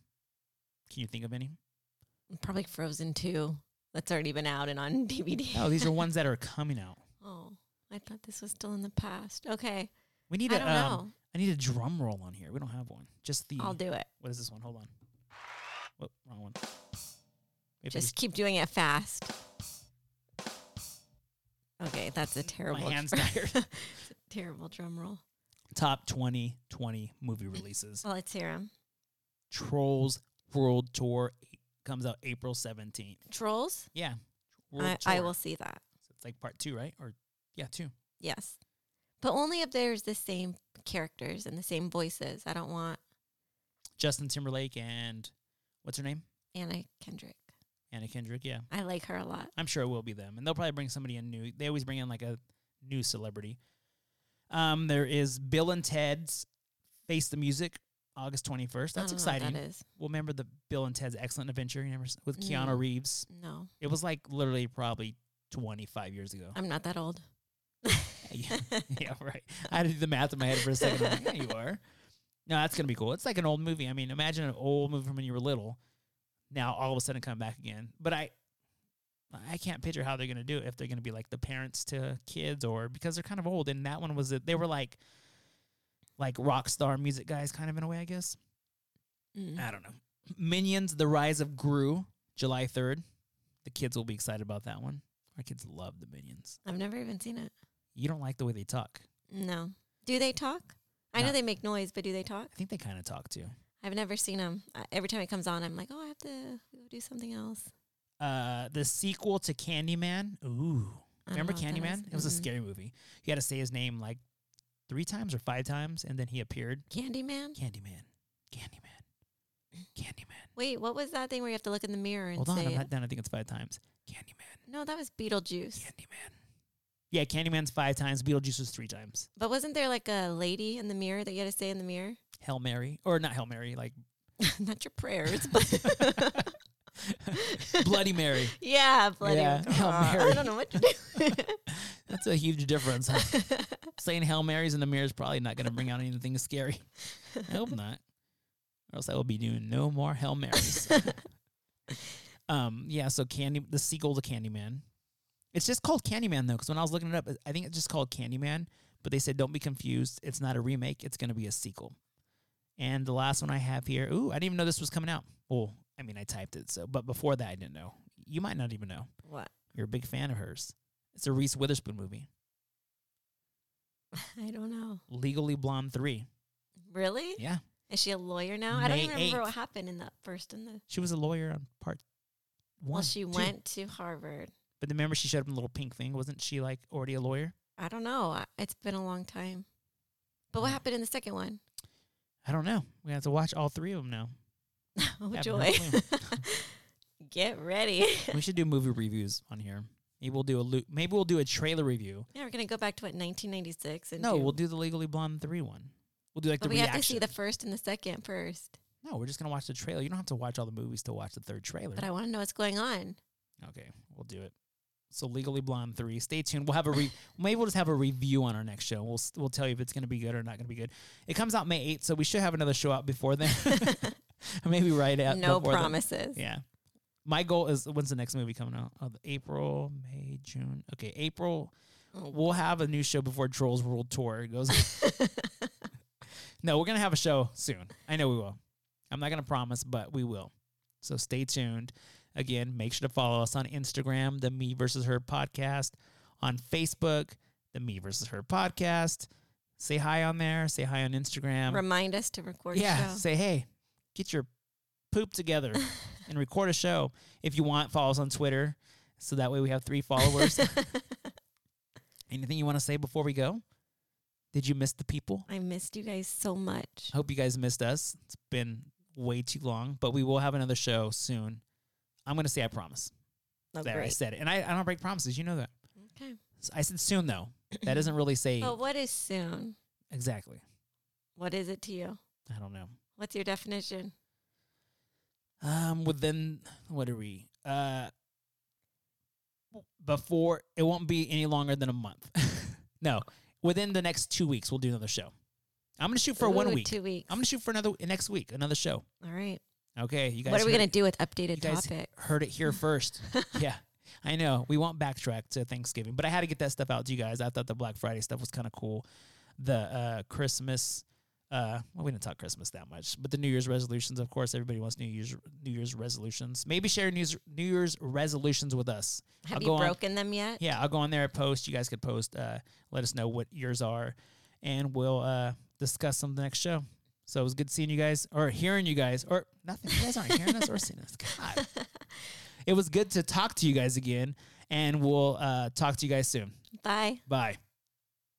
B: Can you think of any?
C: Probably Frozen Two. That's already been out and on DVD.
B: No, Oh, these are ones that are coming out.
C: Oh, I thought this was still in the past. Okay,
B: We need
C: I
B: a
C: don't
B: um, I need a drum roll on here. We don't have one. Just the
C: know. I'll do it.
B: what is this one? Hold on. Whoop, wrong one. Wait for this
C: Just keep doing it fast. Okay, that's a terrible.
B: hand's
C: drum-
B: tired.
C: It's a terrible drum roll.
B: top 2020 movie releases.
C: Well, let's hear 'em.
B: Trolls World Tour eight- comes out April 17th.
C: Trolls.
B: Yeah.
C: I, I
B: Tour.
C: will see that.
B: So it's like part two, right? Or, yeah, two.
C: Yes, but only if there's the same characters and the same voices. I don't want
B: Justin Timberlake and what's her name?
C: Anna Kendrick.
B: Anna Kendrick. Yeah.
C: I like her a lot.
B: I'm sure it will be them. And they'll probably bring somebody in new. They always bring in like a new celebrity. Um, there is Bill and Ted's Face the Music August 21st.
C: I
B: That's
C: don't know what
B: exciting.
C: That is.
B: Well, remember the Bill and Ted's Excellent Adventure you never s- with Keanu
C: Mm.
B: Reeves?
C: No,
B: It was like literally probably 25 years ago.
C: I'm not that old.
B: yeah, yeah, right. I had to do the math in my head for a second. I'm like, yeah, you are. No, that's gonna be cool. It's like an old movie. I mean, imagine an old movie from when you were little. Now all of a sudden come back again. But I, I can't picture how they're gonna do it if they're gonna be like the parents to kids or because they're kind of old. And that one was that they were like, like rock star music guys, kind of in a way, I guess.
C: Mm.
B: I don't know. Minions: The Rise of Gru, July third. The kids will be excited about that one. Our kids love the Minions.
C: I've never even seen it.
B: You don't like the way they talk.
C: No. Do they talk? I
B: No.
C: know they make noise, but do they talk?
B: I think they kind of talk too.
C: I've never seen them. Every time it comes on, I'm like, oh, I have to go do something else.
B: Uh, the sequel to Candyman. Ooh,
C: I don't
B: remember
C: know what that
B: Candyman?
C: is.
B: It was a
C: Mm-mm.
B: scary movie. You had to say his name like three times or five times, and then he appeared.
C: Candyman.
B: Candyman, Candyman, Candyman.
C: Wait, what was that thing where you have to look in the mirror and
B: Hold on,
C: say?
B: I'm
C: it?
B: not done. I think it's five times. Candyman,
C: no, that was Beetlejuice.
B: Candyman. Yeah, Candyman's five times. Beetlejuice was three times.
C: But wasn't there like a lady in the mirror that you had to say in the mirror?
B: Hail Mary, or not Hail Mary, like
C: not your prayers, but
B: Bloody Mary.
C: yeah, bloody.
B: Yeah, Hail
C: Aw,
B: Mary.
C: I don't know what to do.
B: That's a huge difference. Saying Hail Marys in the mirror is probably not going to bring out anything scary. I hope not. Or else I will be doing no more Hail Marys. um, yeah, so Candy, the sequel to Candyman. It's just called Candyman, though, because when I was looking it up, I think it's just called Candyman, but they said don't be confused. It's not a remake, it's going to be a sequel. And the last one I have here, ooh, I didn't even know this was coming out. Well, I mean, I typed it, so, but before that, I didn't know. You might not even know.
C: what?
B: You're a big fan of hers. It's a Reese Witherspoon movie,
C: I don't know.
B: Legally Blonde 3.
C: Really?
B: Yeah.
C: Is she a lawyer now? I don't
B: May
C: even remember
B: 8th.
C: what happened in that first in the.
B: She was a lawyer on part one.
C: well, she
B: two.
C: went to Harvard.
B: But remember, she showed up in a little pink thing. Wasn't she like already a lawyer?
C: I don't know. I- It's been a long time. But what
B: Yeah.
C: happened in the second one?
B: I don't know. We have to watch all three of them now.
C: Oh
B: Have no
C: joy!
B: clue.
C: Get ready.
B: we should do movie reviews on here. Maybe we'll do a lo- maybe we'll do a trailer review.
C: Yeah, we're gonna go back to what 1996 and
B: No,
C: do-
B: we'll do the Legally Blonde three one. We'll do like
C: but
B: the
C: we
B: reaction.
C: have to see the first and the second first.
B: no, we're just gonna watch the trailer. You don't have to watch all the movies to watch the third trailer.
C: But I want to know what's going on.
B: okay, we'll do it. So Legally Blonde three. Stay tuned. We'll have a re- maybe we'll just have a review on our next show. We'll s- we'll tell you if it's gonna be good or not gonna be good. It comes out May eighth, so we should have another show out before then. maybe right at
C: no
B: before then.
C: promises.
B: Yeah. My goal is when's the next movie coming out? Oh, the April, May, June. Okay, April.
C: Oh.
B: We'll have a new show before Trolls World Tour goes. no, we're gonna have a show soon. I know we will. I'm not gonna promise, but we will. So stay tuned. Again, make sure to follow us on Instagram, the Me versus Her podcast, on Facebook, the Me versus Her podcast. Say hi on there. Say hi on Instagram
C: Remind us to record. a
B: yeah
C: show.
B: say hey get your poop together and record a show if you want follow us on twitter so that way we have three followers anything you want to say before we go did you miss the people
C: I missed you guys so much.
B: hope you guys missed us it's been way too long but we will have another show soon i'm going to say i promise
C: Oh,
B: there i
C: great.
B: said it and I, I don't break promises you know that
C: Okay.
B: S- i said soon though that doesn't really say
C: But what is soon?
B: exactly
C: What is it to you?
B: i don't know
C: What's your definition?
B: Um, within what are we? Uh, before it won't be any longer than a month. no, within the next two weeks, we'll do another show. I'm gonna shoot for one
C: Ooh,
B: week.
C: Two weeks.
B: I'm gonna shoot for another next week, another show.
C: All right.
B: Okay, you guys.
C: What are we
B: heard
C: gonna
B: it-
C: do with
B: You
C: updated
B: guys
C: topic?
B: heard it here first. yeah, I know. We won't backtrack to Thanksgiving, but I had to get that stuff out to you guys. I thought the Black Friday stuff was kind of cool. The uh, Christmas. Uh, well, we didn't talk Christmas that much, but the New Year's resolutions, of course, everybody wants New Year's New Year's resolutions. Maybe share New Year's, New Year's resolutions with us.
C: Have
B: I'll
C: you
B: go on-
C: broken them yet?
B: Yeah, I'll go on there and post. You guys could post. Uh, let us know what yours are, and we'll uh, discuss on the next show. So it was good seeing you guys or hearing you guys or nothing. You guys aren't hearing us or seeing us. God, it was good to talk to you guys again, and we'll uh, talk to you guys soon.
C: Bye.
B: Bye.